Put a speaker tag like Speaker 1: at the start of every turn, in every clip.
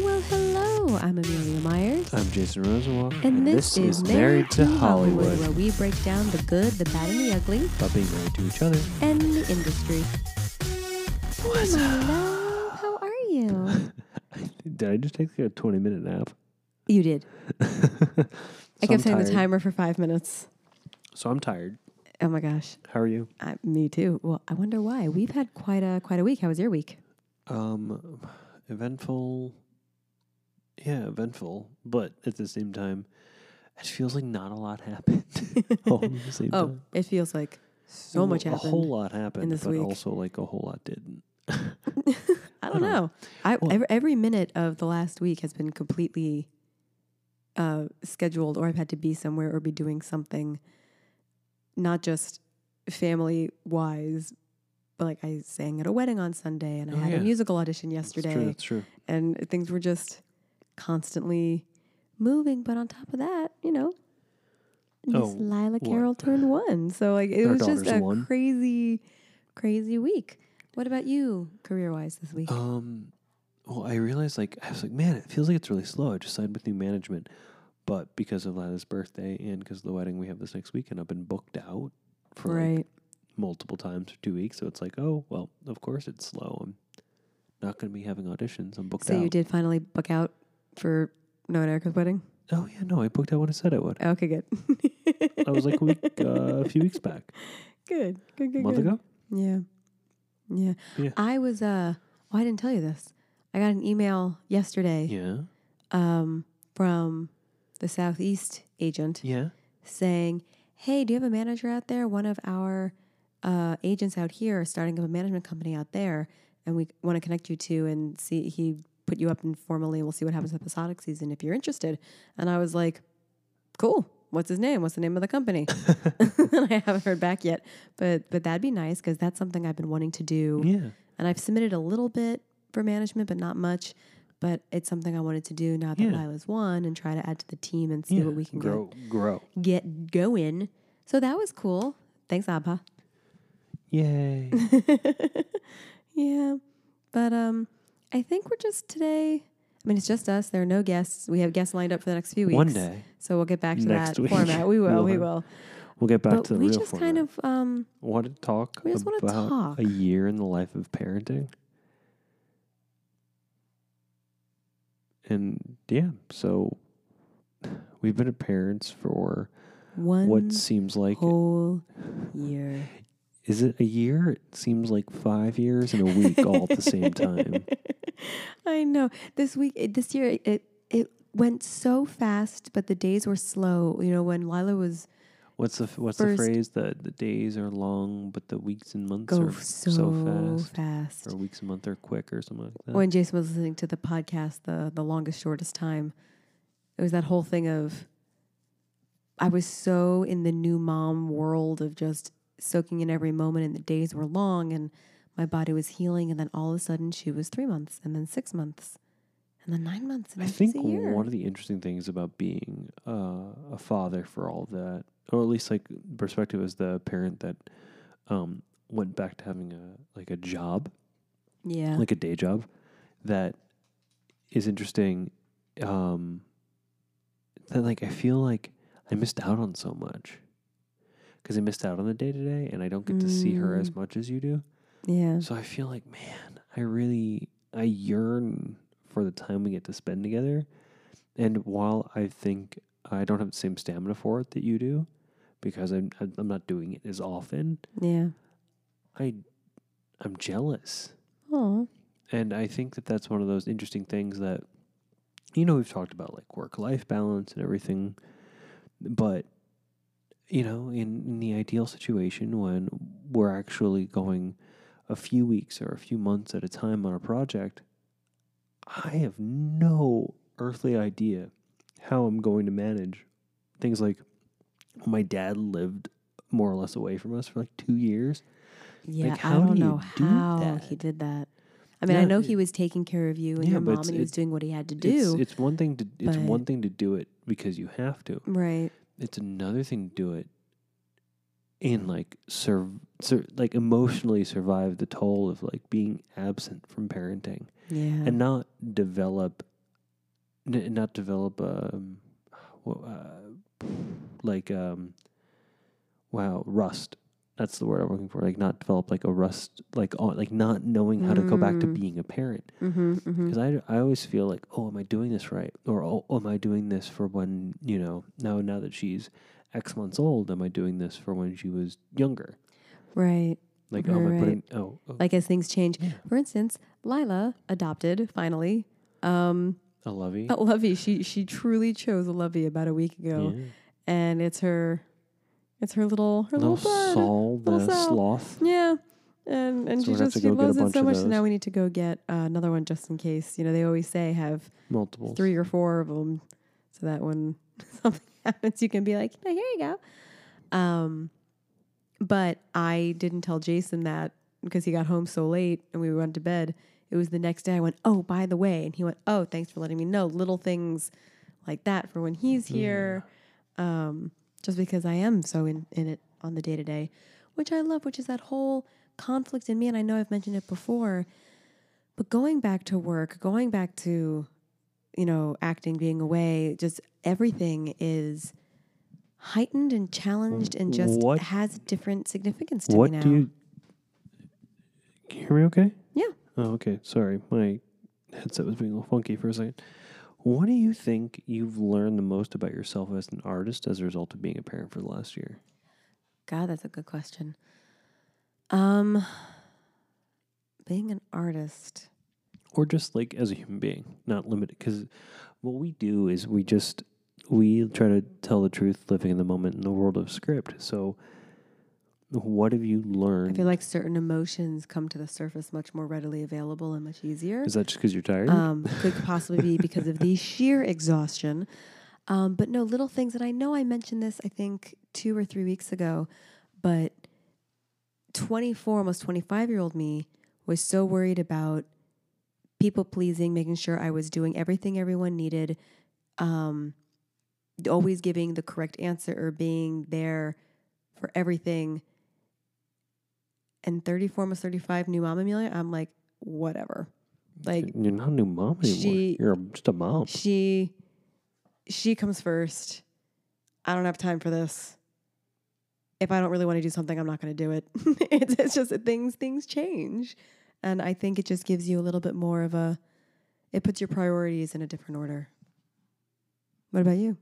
Speaker 1: Well, hello. I'm Amelia Myers.
Speaker 2: I'm Jason Rosenwald.
Speaker 1: And this, is Married to Hollywood, where we break down the good, the bad, and the ugly,
Speaker 2: About being married to each other.
Speaker 1: and the industry. What's Hello, my love. How are you?
Speaker 2: Did I just take like a 20 minute nap?
Speaker 1: You did. I
Speaker 2: So I'm
Speaker 1: kept setting the
Speaker 2: tired.
Speaker 1: timer for five minutes.
Speaker 2: So I'm tired.
Speaker 1: Oh my gosh.
Speaker 2: How are you?
Speaker 1: I, me too. Well, I wonder why. We've had quite a quite a week. How was your week?
Speaker 2: Um, eventful. Yeah, eventful. But at the same time, it feels like not a lot happened. All at the same
Speaker 1: Oh,
Speaker 2: time.
Speaker 1: it feels like so
Speaker 2: Well,
Speaker 1: much
Speaker 2: A
Speaker 1: happened.
Speaker 2: whole lot happened,
Speaker 1: this
Speaker 2: but
Speaker 1: week.
Speaker 2: also like a whole lot didn't.
Speaker 1: I don't
Speaker 2: I don't know.
Speaker 1: know. I
Speaker 2: Well-
Speaker 1: every, every minute of the last week has been completely uh, scheduled, or I've had to be somewhere or be doing something, not just family wise, but like I sang at a wedding on Sunday, and I
Speaker 2: Oh,
Speaker 1: had
Speaker 2: yeah.
Speaker 1: a musical audition yesterday,
Speaker 2: It's true. That's true.
Speaker 1: and things were just constantly moving. But on top of that, you know. Miss
Speaker 2: Oh,
Speaker 1: Lila
Speaker 2: what?
Speaker 1: Carroll turned one. So like it
Speaker 2: Our
Speaker 1: was just
Speaker 2: daughter's
Speaker 1: a
Speaker 2: one.
Speaker 1: crazy, crazy week. What about you career wise this week?
Speaker 2: Um, well, I realized like I was like, man, it feels like it's really slow. I just signed with new management, but because of Lila's birthday and because of the wedding we have this next weekend, I've been booked out for like,
Speaker 1: right.
Speaker 2: multiple times for two weeks. So it's like, oh well, of course it's slow. I'm not going to be having auditions. I'm booked
Speaker 1: So
Speaker 2: out.
Speaker 1: you did finally book out for Noah and Erica's wedding?
Speaker 2: Oh yeah, no, I booked out when I said I would.
Speaker 1: Okay, good.
Speaker 2: I was like a week, uh, a few weeks back,
Speaker 1: good. Good,
Speaker 2: a
Speaker 1: good,
Speaker 2: month
Speaker 1: good.
Speaker 2: ago.
Speaker 1: Yeah. yeah.
Speaker 2: Yeah.
Speaker 1: I was uh well, I didn't tell you this. I got an email yesterday
Speaker 2: Yeah,
Speaker 1: um from the Southeast agent
Speaker 2: yeah.
Speaker 1: saying, Hey, do you have a manager out there? One of our uh, agents out here is starting up a management company out there, and we want to connect you to and see. He put you up informally, and we'll see what happens with episodic season if you're interested. And I was like, Cool. What's his name? What's the name of the company? and I haven't heard back yet, but but that'd be nice because that's something I've been wanting to do.
Speaker 2: Yeah,
Speaker 1: And I've submitted a little bit for management, but not much. But it's something I wanted to do now that
Speaker 2: Yeah.
Speaker 1: Lila's won and try to add to the team and see
Speaker 2: yeah.
Speaker 1: what we can go
Speaker 2: grow, grow.
Speaker 1: get going. So that was cool. Thanks, Abba.
Speaker 2: Yay!
Speaker 1: Yeah. But um I think we're just today I mean it's just us. There are no guests. We have guests lined up for the next few weeks.
Speaker 2: One day
Speaker 1: So we'll get back to
Speaker 2: Next
Speaker 1: that
Speaker 2: week.
Speaker 1: format. We will,
Speaker 2: We'll
Speaker 1: we
Speaker 2: have-
Speaker 1: will.
Speaker 2: we'll get back
Speaker 1: But
Speaker 2: to the
Speaker 1: we
Speaker 2: real
Speaker 1: just
Speaker 2: format.
Speaker 1: kind of um
Speaker 2: want to talk
Speaker 1: We just wanna
Speaker 2: about
Speaker 1: talk.
Speaker 2: a year in the life of parenting. And yeah, so we've been at parents for
Speaker 1: one
Speaker 2: what seems like
Speaker 1: whole year.
Speaker 2: is it a year? It seems like 5 years and a week all at the same time.
Speaker 1: I know. This week it, this year it- it it went so fast, but the days were slow. You know, when Lila was
Speaker 2: What's the what's the
Speaker 1: First-
Speaker 2: phrase that the days are long but the weeks and months
Speaker 1: go
Speaker 2: are
Speaker 1: so,
Speaker 2: fast
Speaker 1: fast.
Speaker 2: or weeks and months are quick or something like that.
Speaker 1: when Jason was listening to the podcast, the the longest shortest time, it was that whole thing of I was so in the new mom world of just soaking in every moment, and the days were long, and my body was healing, and then all of a sudden she was three months, and then six months, and then nine months, and
Speaker 2: I
Speaker 1: now she's
Speaker 2: think
Speaker 1: a year.
Speaker 2: one of the interesting things about being uh, a father for all that, or at least like perspective as the parent that um, went back to having a like a job,
Speaker 1: yeah,
Speaker 2: like a day job, that is interesting. Um, that like I feel like I missed out on so much because I missed out on the day to day, and I don't get to see her
Speaker 1: Mm.
Speaker 2: as much as you do.
Speaker 1: yeah,
Speaker 2: So I feel like, man, I really I yearn for the time we get to spend together. And while I think I don't have the same stamina for it that you do, because I'm I'm not doing it as often,
Speaker 1: yeah.
Speaker 2: I I'm jealous.
Speaker 1: Oh,
Speaker 2: And I think that that's one of those interesting things that, you know, we've talked about like work life balance and everything. But, you know, in, in the ideal situation when we're actually going a few weeks or a few months at a time on a project, I have no earthly idea how I'm going to manage things like my dad lived more or less away from us for like two years.
Speaker 1: yeah. I
Speaker 2: how do
Speaker 1: don't
Speaker 2: you
Speaker 1: know
Speaker 2: do
Speaker 1: how
Speaker 2: that?
Speaker 1: he did that. I mean, I
Speaker 2: Yeah,
Speaker 1: know
Speaker 2: it-
Speaker 1: he was taking care of you and
Speaker 2: Yeah,
Speaker 1: your
Speaker 2: but
Speaker 1: mom,
Speaker 2: it's-
Speaker 1: and he was
Speaker 2: it-
Speaker 1: doing what he had to
Speaker 2: It's,
Speaker 1: do.
Speaker 2: it's one thing to it's
Speaker 1: but-
Speaker 2: one thing to do it because you have to.
Speaker 1: right.
Speaker 2: it's another thing to do it and like serve sur- like emotionally
Speaker 1: Hmm.
Speaker 2: survive the toll of like being absent from parenting
Speaker 1: Yeah.
Speaker 2: and not develop n- not develop um, wh- uh, like um, wow rust. That's the word I'm looking for. Like not develop like a rust, like on, like not knowing how to go back to being a parent.
Speaker 1: Mm-hmm, mm-hmm.
Speaker 2: Because I, I always feel like, oh, am I doing this right? Or oh, am I doing this for when you know now now that she's X months old? Am I doing this for when she was younger?
Speaker 1: Right.
Speaker 2: Like oh, am I
Speaker 1: Right.
Speaker 2: putting oh, oh
Speaker 1: Like as things change. For instance, Lila adopted finally. Um,
Speaker 2: a lovey?
Speaker 1: a lovey. She she truly chose a lovey about a week ago,
Speaker 2: Yeah.
Speaker 1: and it's her, it's her little her little,
Speaker 2: little
Speaker 1: bird.
Speaker 2: Saul the
Speaker 1: Little Saul.
Speaker 2: sloth.
Speaker 1: Yeah. And and
Speaker 2: So
Speaker 1: she
Speaker 2: we're gonna have
Speaker 1: just
Speaker 2: to
Speaker 1: she
Speaker 2: go get a
Speaker 1: loves it
Speaker 2: bunch
Speaker 1: so
Speaker 2: of
Speaker 1: much. So now
Speaker 2: those.
Speaker 1: we need to go get uh, another one just in case. You know they always say have
Speaker 2: Multiple.
Speaker 1: three or four of them, so that when something happens, you can be like, "No, here you go." Um, but I didn't tell Jason that because he got home so late and we went to bed. It was the next day. I went, "Oh, by the way," and he went, "Oh, thanks for letting me know." Little things like that for when he's here. Um, just because I am so in, in it on the day to day, which I love, which is that whole conflict in me. And I know I've mentioned it before, but going back to work, going back to, you know, acting, being away, just everything is heightened and challenged and just
Speaker 2: What-
Speaker 1: has different significance to
Speaker 2: What
Speaker 1: me now.
Speaker 2: do you? Can you hear me okay?
Speaker 1: Yeah.
Speaker 2: Oh, okay. Sorry, my headset was being a little funky for a second. What do you think you've learned the most about yourself as an artist as a result of being a parent for the last year?
Speaker 1: God, that's a good question. Um, being an artist.
Speaker 2: or just like as a human being, not limited. Because what we do is we just we try to tell the truth, living in the moment in the world of script. So, what have you
Speaker 1: I
Speaker 2: learned?
Speaker 1: feel like certain emotions come to the surface much more readily available and much easier.
Speaker 2: is that just because you're tired?
Speaker 1: Um, could possibly be because of the sheer exhaustion. Um, but no, little things, and I know I mentioned this, I think, two or three weeks ago, but 24, almost 25 year old me was so worried about people pleasing, making sure I was doing everything everyone needed, um, always giving the correct answer or being there for everything. And 34, almost 35, new mom Amelia, I'm like, whatever. Like,
Speaker 2: you're not a new mom anymore.
Speaker 1: she-
Speaker 2: you're just a mom.
Speaker 1: she she comes first. I don't have time for this. If I don't really want to do something, I'm not going to do it. it's, it's just that things things change, and I think it just gives you a little bit more of a. It puts your priorities in a different order. What about you?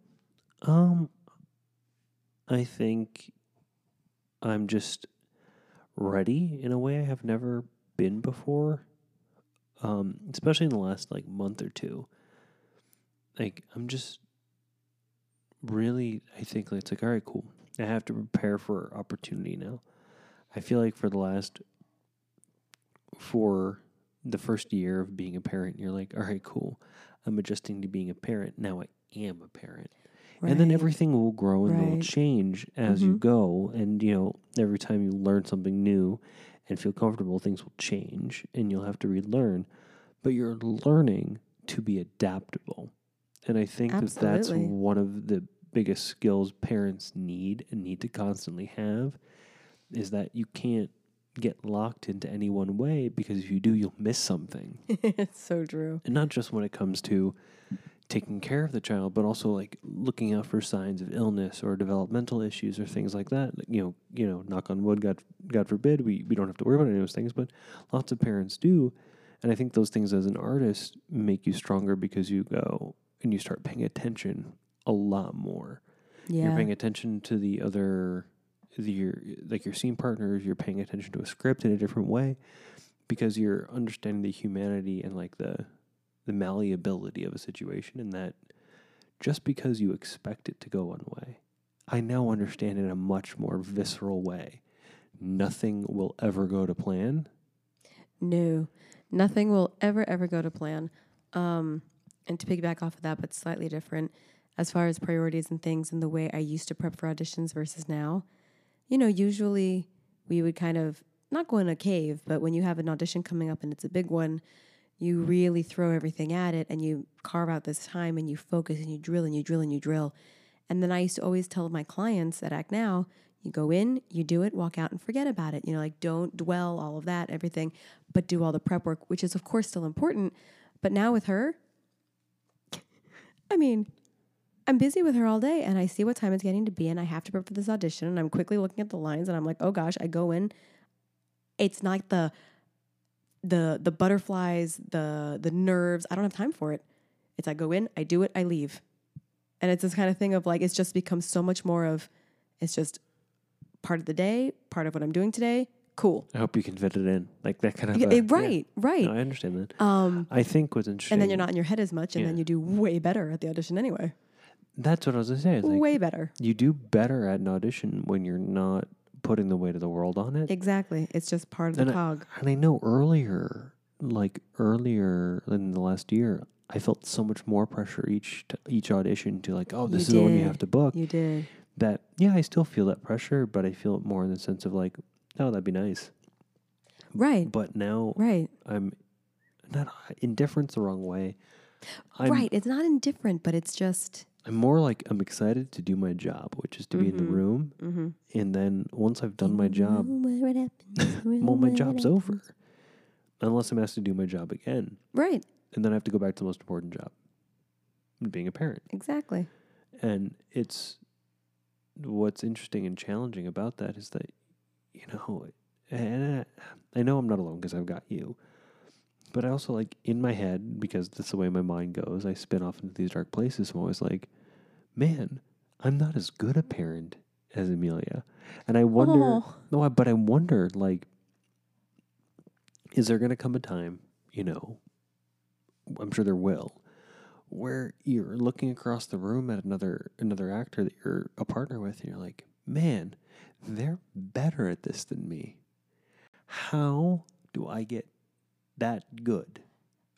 Speaker 2: Um, I think I'm just ready in a way I have never been before. Um, especially in the last like month or two. Like I'm just really, I think it's like all right, cool. I have to prepare for opportunity now. I feel like for the last for the first year of being a parent, you're like, all right, cool. I'm adjusting to being a parent. Now I am a parent and then
Speaker 1: Right.
Speaker 2: everything will grow and will
Speaker 1: Right. Mm-hmm.
Speaker 2: change as you go and you know every time you learn something new and feel comfortable things will change and you'll have to relearn but you're learning to be adaptable and i think that that's
Speaker 1: Absolutely.
Speaker 2: one of the biggest skills parents need and need to constantly have is that you can't get locked into any one way because if you do you'll miss something
Speaker 1: it's so true.
Speaker 2: and not just when it comes to taking care of the child, but also like looking out for signs of illness or developmental issues or things like that. You know, you know, knock on wood, God, God forbid, we, we don't have to worry about any of those things, but lots of parents do. And I think those things as an artist make you stronger because you go and you start paying attention a lot more
Speaker 1: Yeah,
Speaker 2: you're paying attention to the other the, your like your scene partners you're paying attention to a script in a different way because you're understanding the humanity and like the the malleability of a situation and that just because you expect it to go one way i now understand in a much more visceral way nothing will ever go to plan
Speaker 1: No, nothing will ever, ever go to plan. Um, and to piggyback off of that, but slightly different as far as priorities and things and the way I used to prep for auditions versus now. You know, usually we would kind of not go in a cave, but when you have an audition coming up and it's a big one, you really throw everything at it and you carve out this time and you focus and you drill and you drill and you drill. And then I used to always tell my clients at Act Now, you go in, you do it, walk out and forget about it. You know, like don't dwell all of that, everything, but do all the prep work, which is of course still important. But now with her, I mean, I'm busy with her all day and I see what time it's getting to be and I have to prep for this audition and I'm quickly looking at the lines and I'm like, oh gosh, I go in. It's not the the the butterflies, the the nerves. I don't have time for it. It's I go in, I do it, I leave. And it's this kind of thing of like it's just become so much more of it's just part of the day, part of what I'm doing today. Cool.
Speaker 2: I hope you can fit it in, like that kind of.
Speaker 1: Yeah, eh,
Speaker 2: uh, yeah.
Speaker 1: right, right.
Speaker 2: No, I understand that.
Speaker 1: Um,
Speaker 2: I think what's interesting,
Speaker 1: and then you're not in your head as much, and then
Speaker 2: Yeah.
Speaker 1: you do way better at the audition anyway.
Speaker 2: That's what I was gonna say. Is like
Speaker 1: way better.
Speaker 2: you do better at an audition when you're not putting the weight of the world on it.
Speaker 1: Exactly. It's just part of the
Speaker 2: And I-
Speaker 1: cog.
Speaker 2: And I know earlier, like earlier in the last year, I felt so much more pressure each t- each audition to like, oh, this is the one you have
Speaker 1: did.
Speaker 2: to book.
Speaker 1: You did.
Speaker 2: That yeah, I still feel that pressure, but I feel it more in the sense of like, oh, that'd be nice.
Speaker 1: Right.
Speaker 2: But now
Speaker 1: Right.
Speaker 2: I'm not indifference the wrong way. I'm,
Speaker 1: right. It's not indifferent, but it's just
Speaker 2: I'm more like I'm excited to do my job, which is to be in the
Speaker 1: Mhm.
Speaker 2: room,
Speaker 1: mm-hmm.
Speaker 2: and then once I've done my job,
Speaker 1: Where it happens,
Speaker 2: well, my
Speaker 1: where it
Speaker 2: job's
Speaker 1: happens.
Speaker 2: over. Unless I'm asked to do my job again,
Speaker 1: Right.
Speaker 2: and then I have to go back to the most important job, being a parent.
Speaker 1: Exactly.
Speaker 2: And it's what's interesting and challenging about that is that, you know, and I, I know I'm not alone because I've got you, but I also like in my head, because that's the way my mind goes, I spin off into these dark places. I'm always like, man, I'm not as good a parent as Amelia. And I wonder,
Speaker 1: Oh.
Speaker 2: no, I- but I wonder, like, is there going to come a time, you know, I'm sure there will, where you're looking across the room at another another actor that you're a partner with and you're like, "Man, they're better at this than me. How do I get that good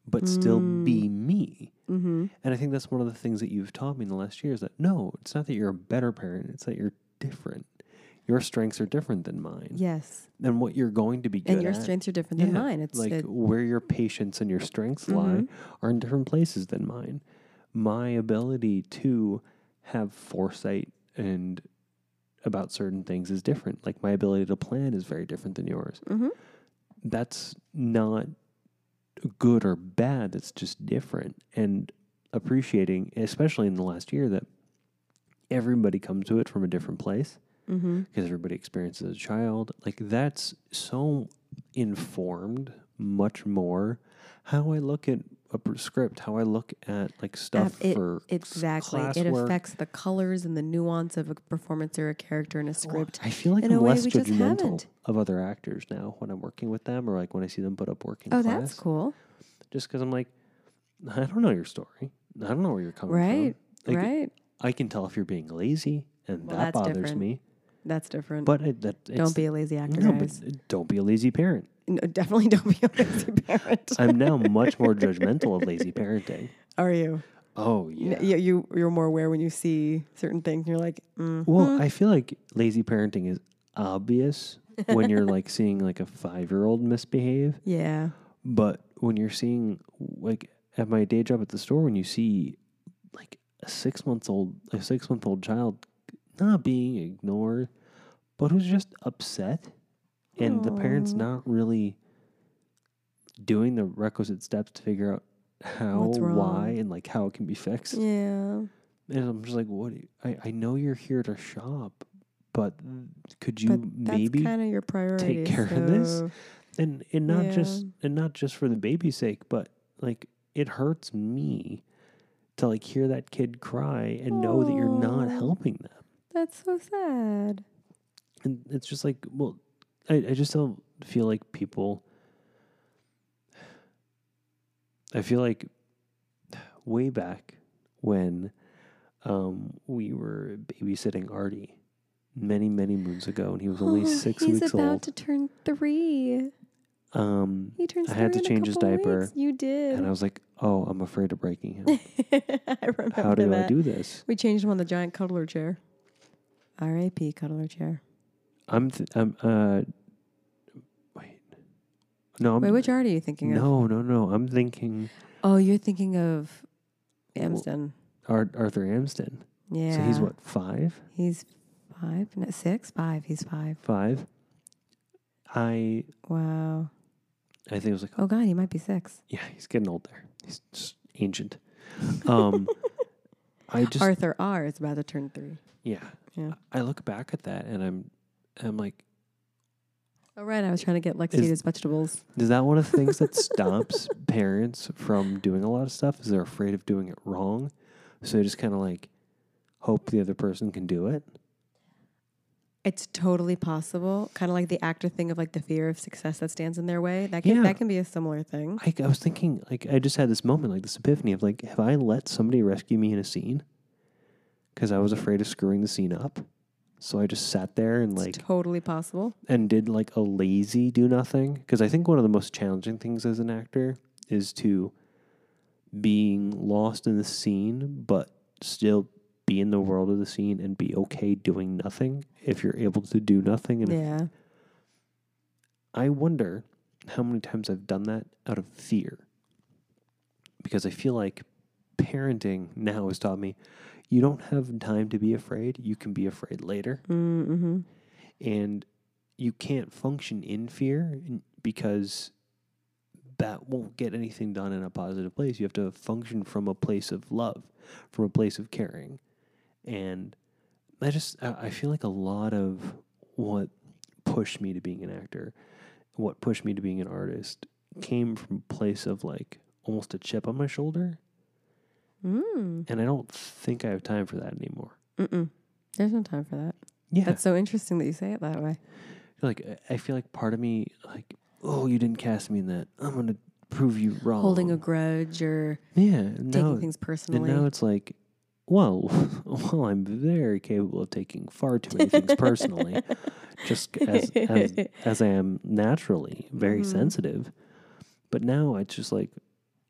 Speaker 2: but still be me?"
Speaker 1: Mm-hmm.
Speaker 2: And I think that's one of the things that you've taught me in the last year is that no, it's not that you're a better parent, it's that you're different. Your strengths are different than mine.
Speaker 1: Yes.
Speaker 2: And what you're going to be good
Speaker 1: and your
Speaker 2: at
Speaker 1: strengths are different than
Speaker 2: yeah,
Speaker 1: mine. It's
Speaker 2: like
Speaker 1: it-
Speaker 2: where your patience and your strengths
Speaker 1: Mm-hmm.
Speaker 2: lie are in different places than mine. My ability to have foresight and about certain things is different. Like my ability to plan is very different than yours.
Speaker 1: Mhm.
Speaker 2: That's not good or bad. That's just different. And appreciating, especially in the last year, that everybody comes to it from a different place
Speaker 1: mhm.
Speaker 2: because everybody experiences as a child. Like that's so informed much more how I look at a pr- script, how I look at like stuff
Speaker 1: it-
Speaker 2: for s-
Speaker 1: exactly. It
Speaker 2: classwork.
Speaker 1: affects the colors and the nuance of a performance or a character in a script.
Speaker 2: I feel like
Speaker 1: in a
Speaker 2: I'm
Speaker 1: way
Speaker 2: less
Speaker 1: we just
Speaker 2: judgmental
Speaker 1: haven't.
Speaker 2: of other actors now when I'm working with them or like when I see them put up working
Speaker 1: oh,
Speaker 2: class.
Speaker 1: that's cool.
Speaker 2: Just because I'm like, I don't know your story. I don't know where you're coming
Speaker 1: Right.
Speaker 2: from. Like,
Speaker 1: right.
Speaker 2: I can tell if you're being lazy, and
Speaker 1: Well,
Speaker 2: that
Speaker 1: that's
Speaker 2: bothers
Speaker 1: different.
Speaker 2: me.
Speaker 1: That's different.
Speaker 2: But it, that it's,
Speaker 1: don't be a lazy actor,
Speaker 2: no,
Speaker 1: guys.
Speaker 2: but don't be a lazy parent.
Speaker 1: No, definitely don't be a lazy parent.
Speaker 2: I'm now much more judgmental of lazy parenting.
Speaker 1: Are you?
Speaker 2: Oh
Speaker 1: N-
Speaker 2: yeah.
Speaker 1: yeah. You you're more aware when you see certain things. And you're like, mm.
Speaker 2: Well, I feel like lazy parenting is obvious when you're like seeing like a 5-year-old misbehave,
Speaker 1: yeah,
Speaker 2: but when you're seeing like at my day job at the store when you see like a 6 months old a 6-month-old child not being ignored but who's just upset and the parents not really doing the requisite steps to figure out how,
Speaker 1: What's wrong.
Speaker 2: why, and like how it can be fixed.
Speaker 1: yeah.
Speaker 2: And I'm just like, what? do you- I, I know you're here to shop, but could you
Speaker 1: But that's
Speaker 2: maybe
Speaker 1: kind of your priority.
Speaker 2: care of this?
Speaker 1: so-
Speaker 2: and and not
Speaker 1: Yeah.
Speaker 2: just and not just for the baby's sake, but like it hurts me to like hear that kid cry and know that you're not
Speaker 1: Aw.
Speaker 2: helping them.
Speaker 1: That's so sad.
Speaker 2: And it's just like, well, I, I just don't feel like people. I feel like way back when um, we were babysitting Artie many, many moons ago, and he was only
Speaker 1: Oh,
Speaker 2: six
Speaker 1: he's
Speaker 2: weeks
Speaker 1: about
Speaker 2: old.
Speaker 1: to turn three.
Speaker 2: um,
Speaker 1: He turns.
Speaker 2: I had
Speaker 1: three in
Speaker 2: to
Speaker 1: a
Speaker 2: change his
Speaker 1: couple
Speaker 2: diaper,
Speaker 1: weeks. You did.
Speaker 2: and I was like, oh, I'm afraid of breaking him.
Speaker 1: I remember
Speaker 2: How do
Speaker 1: that.
Speaker 2: I do this?
Speaker 1: We changed him on the giant cuddler chair. R.I.P. cuddler chair.
Speaker 2: I'm, th- I'm, uh, wait. No, I'm,
Speaker 1: Wait, which art are you thinking of?
Speaker 2: Um, no, no, no. I'm thinking
Speaker 1: Oh, you're thinking of
Speaker 2: Well,
Speaker 1: Amsden.
Speaker 2: Ar- Arthur Amston.
Speaker 1: yeah.
Speaker 2: So he's what five,
Speaker 1: He's five, no, six, five. He's five.
Speaker 2: five. I
Speaker 1: Wow.
Speaker 2: I think it was like,
Speaker 1: Oh God, he might be six.
Speaker 2: yeah, he's getting old there. He's just ancient. Um, I just
Speaker 1: Arthur R is about to turn three.
Speaker 2: yeah.
Speaker 1: Yeah.
Speaker 2: I look back at that and I'm I'm like,
Speaker 1: Oh right, I was trying to get Lex
Speaker 2: Is-
Speaker 1: Luthor's vegetables.
Speaker 2: is that one of the things that stops parents from doing a lot of stuff? Is they're afraid of doing it wrong, so they just kind of like hope the other person can do it.
Speaker 1: It's totally possible. Kind of like the actor thing of like the fear of success that stands in their way. That can
Speaker 2: Yeah.
Speaker 1: that can be a similar thing.
Speaker 2: I, I was thinking, like, I just had this moment, like this epiphany of, like, have I let somebody rescue me in a scene? Because I was afraid of screwing the scene up, so I just sat there and like
Speaker 1: it's totally possible.
Speaker 2: and did like a lazy do nothing. Because I think one of the most challenging things as an actor is to being lost in the scene, but still be in the world of the scene and be okay doing nothing if you're able to do nothing and if
Speaker 1: Yeah.
Speaker 2: I wonder how many times I've done that out of fear. Because I feel like parenting now has taught me you don't have time to be afraid. You can be afraid later.
Speaker 1: Mm-hmm.
Speaker 2: And you can't function in fear n- because that won't get anything done in a positive place. You have to function from a place of love, from a place of caring. And I just, I I feel like a lot of what pushed me to being an actor, what pushed me to being an artist, came from a place of like almost a chip on my shoulder.
Speaker 1: Mm.
Speaker 2: And I don't think I have time for that anymore.
Speaker 1: Mm-mm. There's no time for that.
Speaker 2: Yeah.
Speaker 1: That's so interesting that you say it that way.
Speaker 2: like uh, I- I feel like part of me like oh you didn't cast me in that I'm gonna prove you wrong
Speaker 1: Holding a grudge or
Speaker 2: yeah
Speaker 1: taking
Speaker 2: now
Speaker 1: things
Speaker 2: and
Speaker 1: personally.
Speaker 2: now it's like well well I'm very capable of taking far too many things personally just as as, as I am naturally very
Speaker 1: Mhm.
Speaker 2: sensitive but now it's just like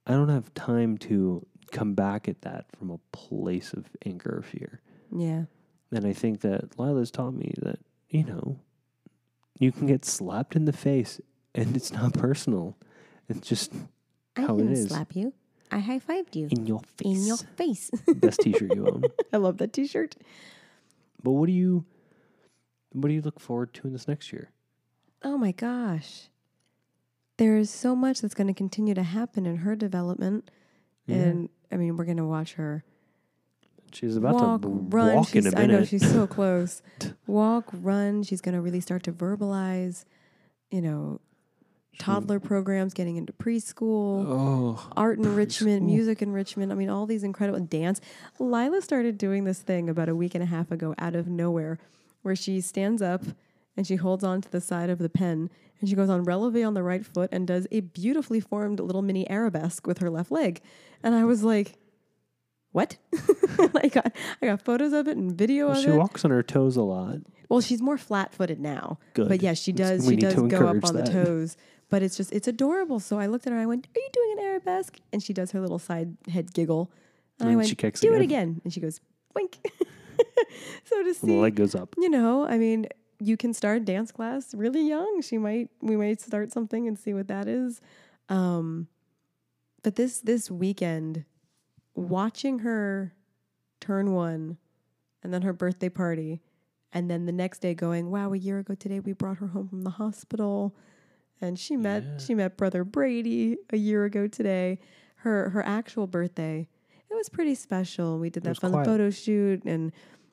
Speaker 2: I don't have time to come back at that from a place of anger or fear
Speaker 1: yeah.
Speaker 2: and I think that Lila's taught me that, you know, you can get slapped in the face and it's not personal. It's just how it is.
Speaker 1: you. I high fived you
Speaker 2: In your face.
Speaker 1: face.
Speaker 2: Best t shirt you own.
Speaker 1: I love that T-shirt.
Speaker 2: But what do you what do you look forward to in this next year?
Speaker 1: Oh my gosh. There is so much that's going to continue to happen in her development. And I mean, we're going to watch her
Speaker 2: She's about
Speaker 1: walk,
Speaker 2: to w-
Speaker 1: run.
Speaker 2: walk in a
Speaker 1: she's-
Speaker 2: minute.
Speaker 1: I know she's so close. walk, run. She's going to really start to verbalize, you know, toddler programs, getting into preschool,
Speaker 2: oh
Speaker 1: art enrichment,
Speaker 2: preschool.
Speaker 1: music enrichment. I mean, all these incredible dance. Lila started doing this thing about a week and a half ago out of nowhere where she stands up and she holds on to the side of the pen and she goes on releve on the right foot and does a beautifully formed little mini arabesque with her left leg. And I was like, what? And I got I got photos of it and video
Speaker 2: Well,
Speaker 1: of
Speaker 2: she
Speaker 1: it.
Speaker 2: walks on her toes a lot.
Speaker 1: Well, she's more flat-footed now.
Speaker 2: Good.
Speaker 1: But yeah, she does.
Speaker 2: We
Speaker 1: She
Speaker 2: need
Speaker 1: does
Speaker 2: to
Speaker 1: go
Speaker 2: encourage
Speaker 1: up on
Speaker 2: that.
Speaker 1: the toes. But it's just it's adorable. So I looked at her. I went, "Are you doing an arabesque?" And she does her little side head giggle. And, I
Speaker 2: And
Speaker 1: went,
Speaker 2: she kicks
Speaker 1: "Do
Speaker 2: again.
Speaker 1: it again." And she goes, "Wink." so to
Speaker 2: The
Speaker 1: see,
Speaker 2: leg goes up.
Speaker 1: you know, I mean, you can start dance class really young. She might we might start something and see what that is. Um, but this this weekend, watching her turn one, and then her birthday party, and then the next day going, wow, a year ago today we brought her home from the hospital, and she met
Speaker 2: Yeah.
Speaker 1: she met brother Brady a year ago today, her her actual birthday. It was pretty special. We did
Speaker 2: was
Speaker 1: that fun
Speaker 2: quiet.
Speaker 1: photo shoot and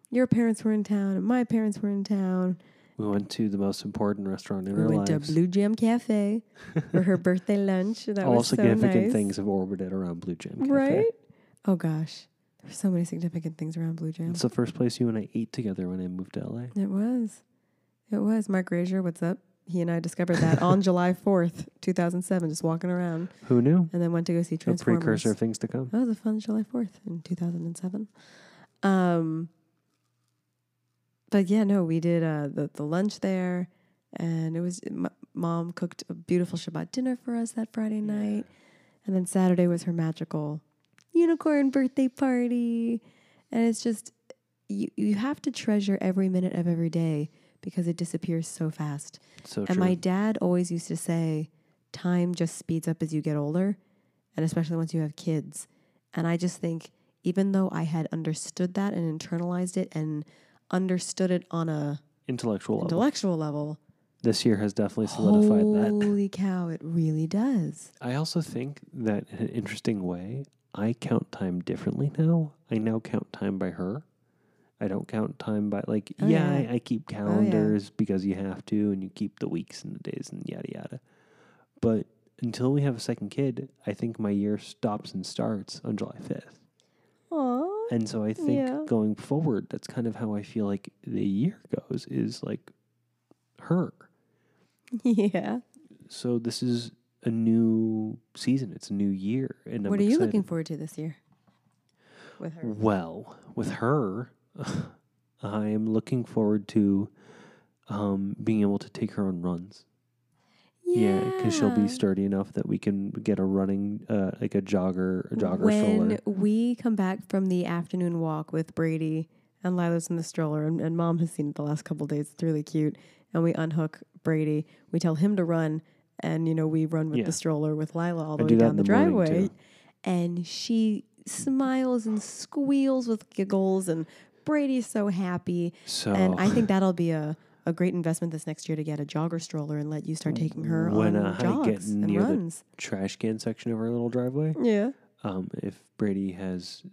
Speaker 1: your parents were in town and my parents were in town.
Speaker 2: We went to the most important restaurant in
Speaker 1: We
Speaker 2: our
Speaker 1: went
Speaker 2: lives.
Speaker 1: to Blue Jam Cafe for her birthday lunch. That
Speaker 2: All
Speaker 1: was so
Speaker 2: significant
Speaker 1: nice.
Speaker 2: things have orbited around Blue Jam Cafe.
Speaker 1: right? Oh gosh, there were so many significant things around Blue Jam.
Speaker 2: It's the first place you and I ate together when I moved to LA.
Speaker 1: It was, it was. Mark Grazier, what's up? He and I discovered that on July fourth, two thousand seven, just walking around,
Speaker 2: Who knew?
Speaker 1: and then went to go see
Speaker 2: A
Speaker 1: Transformers.
Speaker 2: precursor of things to come.
Speaker 1: That was a Oh, fun July 4th in 2007. Um, but yeah, no, we did uh, the, the lunch there, and it was m- mom cooked a beautiful Shabbat dinner for us that Friday night. And then Saturday was her magical unicorn birthday party. And it's just, you, you have to treasure every minute of every day because it disappears so fast.
Speaker 2: So
Speaker 1: And
Speaker 2: true.
Speaker 1: my dad always used to say, time just speeds up as you get older, and especially once you have kids. And I just think, even though I had understood that and internalized it and understood it on a
Speaker 2: Intellectual level.
Speaker 1: intellectual level,
Speaker 2: this year has definitely solidified that.
Speaker 1: holy cow, it really does.
Speaker 2: I also think that in an interesting way, I count time differently now. I now count time by her. I don't count time by like
Speaker 1: Oh,
Speaker 2: yeah,
Speaker 1: yeah.
Speaker 2: I, I keep calendars because you have to and you keep the weeks and the days and yada yada. But until we have a second kid, I think my year stops and starts on July 5th.
Speaker 1: Aw.
Speaker 2: And so I think
Speaker 1: Yeah.
Speaker 2: going forward, that's kind of how I feel like the year goes is like her.
Speaker 1: yeah.
Speaker 2: So this is a new season. It's a new year. And I'm
Speaker 1: what are you
Speaker 2: excited.
Speaker 1: looking forward to this year? With her.
Speaker 2: Well, with her, I'm looking forward to um, being able to take her on runs. Yeah, because she'll be sturdy enough that we can get a running, uh, like a jogger, a jogger
Speaker 1: when
Speaker 2: stroller.
Speaker 1: we come back from the afternoon walk with Brady and Lila's in the stroller, and, and Mom has seen it the last couple of days. It's really cute. And we unhook Brady. We tell him to run, and you know we run with
Speaker 2: Yeah.
Speaker 1: the stroller with Lila all
Speaker 2: I
Speaker 1: the way
Speaker 2: do that
Speaker 1: down
Speaker 2: in
Speaker 1: the,
Speaker 2: the morning,
Speaker 1: driveway,
Speaker 2: too.
Speaker 1: and she smiles and squeals with giggles, and Brady's so happy.
Speaker 2: So
Speaker 1: And I
Speaker 2: Oh.
Speaker 1: think that'll be a a great investment this next year to get a jogger stroller and let you start taking her
Speaker 2: when
Speaker 1: on
Speaker 2: I get
Speaker 1: jogs and
Speaker 2: near
Speaker 1: runs.
Speaker 2: the trash can section of our little driveway,
Speaker 1: Yeah.
Speaker 2: um, if Brady has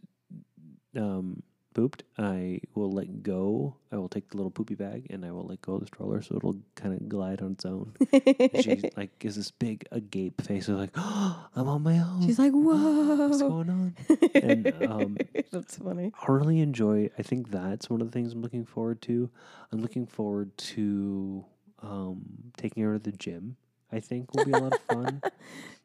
Speaker 2: um, pooped, I will let go. I will take the little poopy bag and I will let go of the stroller so it'll kind of glide on its own. And she like gives this big agape face of like, oh, I'm on my own.
Speaker 1: She's like,
Speaker 2: What's
Speaker 1: whoa.
Speaker 2: going on? and, um,
Speaker 1: That's funny.
Speaker 2: I really enjoy. I think that's one of the things I'm looking forward to. I'm looking forward to um, taking her to the gym. I think will be a lot of fun,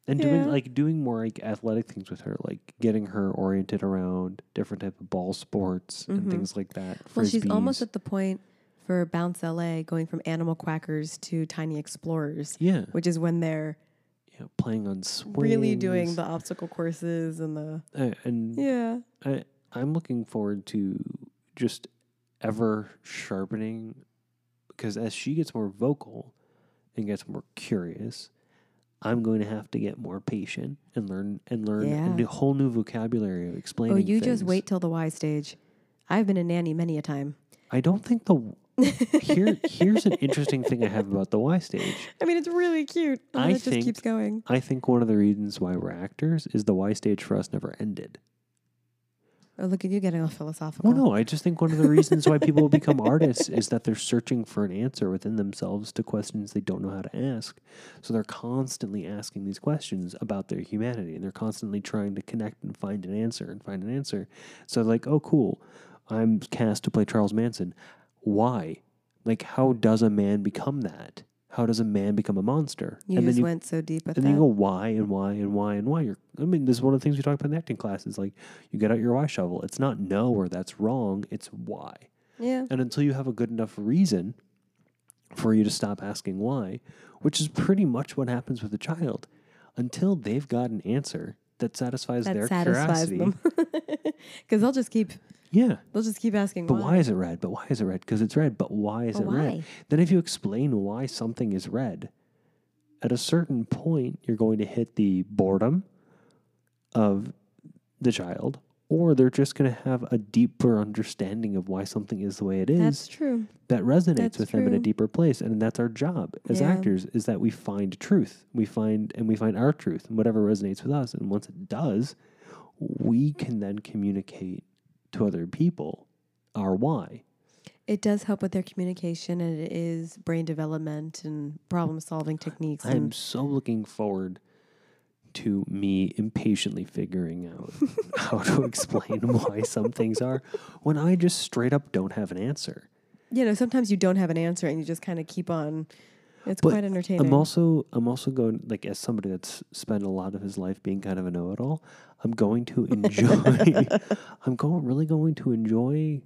Speaker 2: and
Speaker 1: Yeah.
Speaker 2: doing like doing more like athletic things with her, like getting her oriented around different type of ball sports
Speaker 1: Mhm.
Speaker 2: and things like that.
Speaker 1: Well, she's almost
Speaker 2: Frisbees.
Speaker 1: at the point for Bounce LA going from animal quackers to tiny explorers,
Speaker 2: yeah,
Speaker 1: which is when they're
Speaker 2: yeah, playing on swings,
Speaker 1: really doing the obstacle courses and the.
Speaker 2: uh, and
Speaker 1: Yeah.
Speaker 2: I, I'm looking forward to just ever sharpening because as she gets more vocal and gets more curious, I'm going to have to get more patient and learn and learn
Speaker 1: Yeah.
Speaker 2: a new, whole new vocabulary of explaining.
Speaker 1: Oh, you just
Speaker 2: things.
Speaker 1: wait till the Y stage. I've been a nanny many a time.
Speaker 2: I don't think the here here's an interesting thing I have about the Y stage.
Speaker 1: I mean, it's really cute. And
Speaker 2: I
Speaker 1: it just
Speaker 2: think-
Speaker 1: keeps going.
Speaker 2: I think one of the reasons why we're actors is the Y stage for us never ended.
Speaker 1: Oh, look at you getting all philosophical.
Speaker 2: Well, Oh, no, I just think one of the reasons why people become artists is that they're searching for an answer within themselves to questions they don't know how to ask. So they're constantly asking these questions about their humanity and they're constantly trying to connect and find an answer and find an answer. So, like, oh, cool, I'm cast to play Charles Manson. Why? Like, how does a man become that? How does a man become a monster?
Speaker 1: You
Speaker 2: and then
Speaker 1: just
Speaker 2: you
Speaker 1: went so deep with
Speaker 2: and then you go
Speaker 1: that.
Speaker 2: why and why and why and why. You're, I mean, this is one of the things we talk about in acting class. Is like you get out your why shovel. It's not no or that's wrong. It's why.
Speaker 1: Yeah.
Speaker 2: And until you have a good enough reason for you to stop asking why, which is pretty much what happens with a child, until they've got an answer that satisfies
Speaker 1: That
Speaker 2: their
Speaker 1: satisfies
Speaker 2: curiosity.
Speaker 1: them. Because they'll just keep
Speaker 2: Yeah.
Speaker 1: they'll just keep asking
Speaker 2: But why? is it red? But why is it red? Because it's red. But why is
Speaker 1: But
Speaker 2: it
Speaker 1: why?
Speaker 2: red? Then if you explain why something is red, at a certain point you're going to hit the boredom of the child, or they're just going to have a deeper understanding of why something is the way it is
Speaker 1: That's true.
Speaker 2: that resonates
Speaker 1: That's
Speaker 2: with them in a
Speaker 1: true.
Speaker 2: deeper place and that's our job as
Speaker 1: Yeah.
Speaker 2: actors is that we find truth we find and we find our truth and whatever resonates with us and once it does we can then communicate to other people our why
Speaker 1: It does help with their communication and it is brain development and problem solving techniques.
Speaker 2: i'm
Speaker 1: And
Speaker 2: so looking forward to me impatiently figuring out how to explain why some things are when i just straight up don't have an answer
Speaker 1: you know, sometimes you don't have an answer and you just kind of keep on. It's
Speaker 2: But
Speaker 1: quite entertaining.
Speaker 2: I'm also I'm also going like as somebody that's spent a lot of his life being kind of a know-it-all. I'm going to enjoy. I'm going really going to enjoy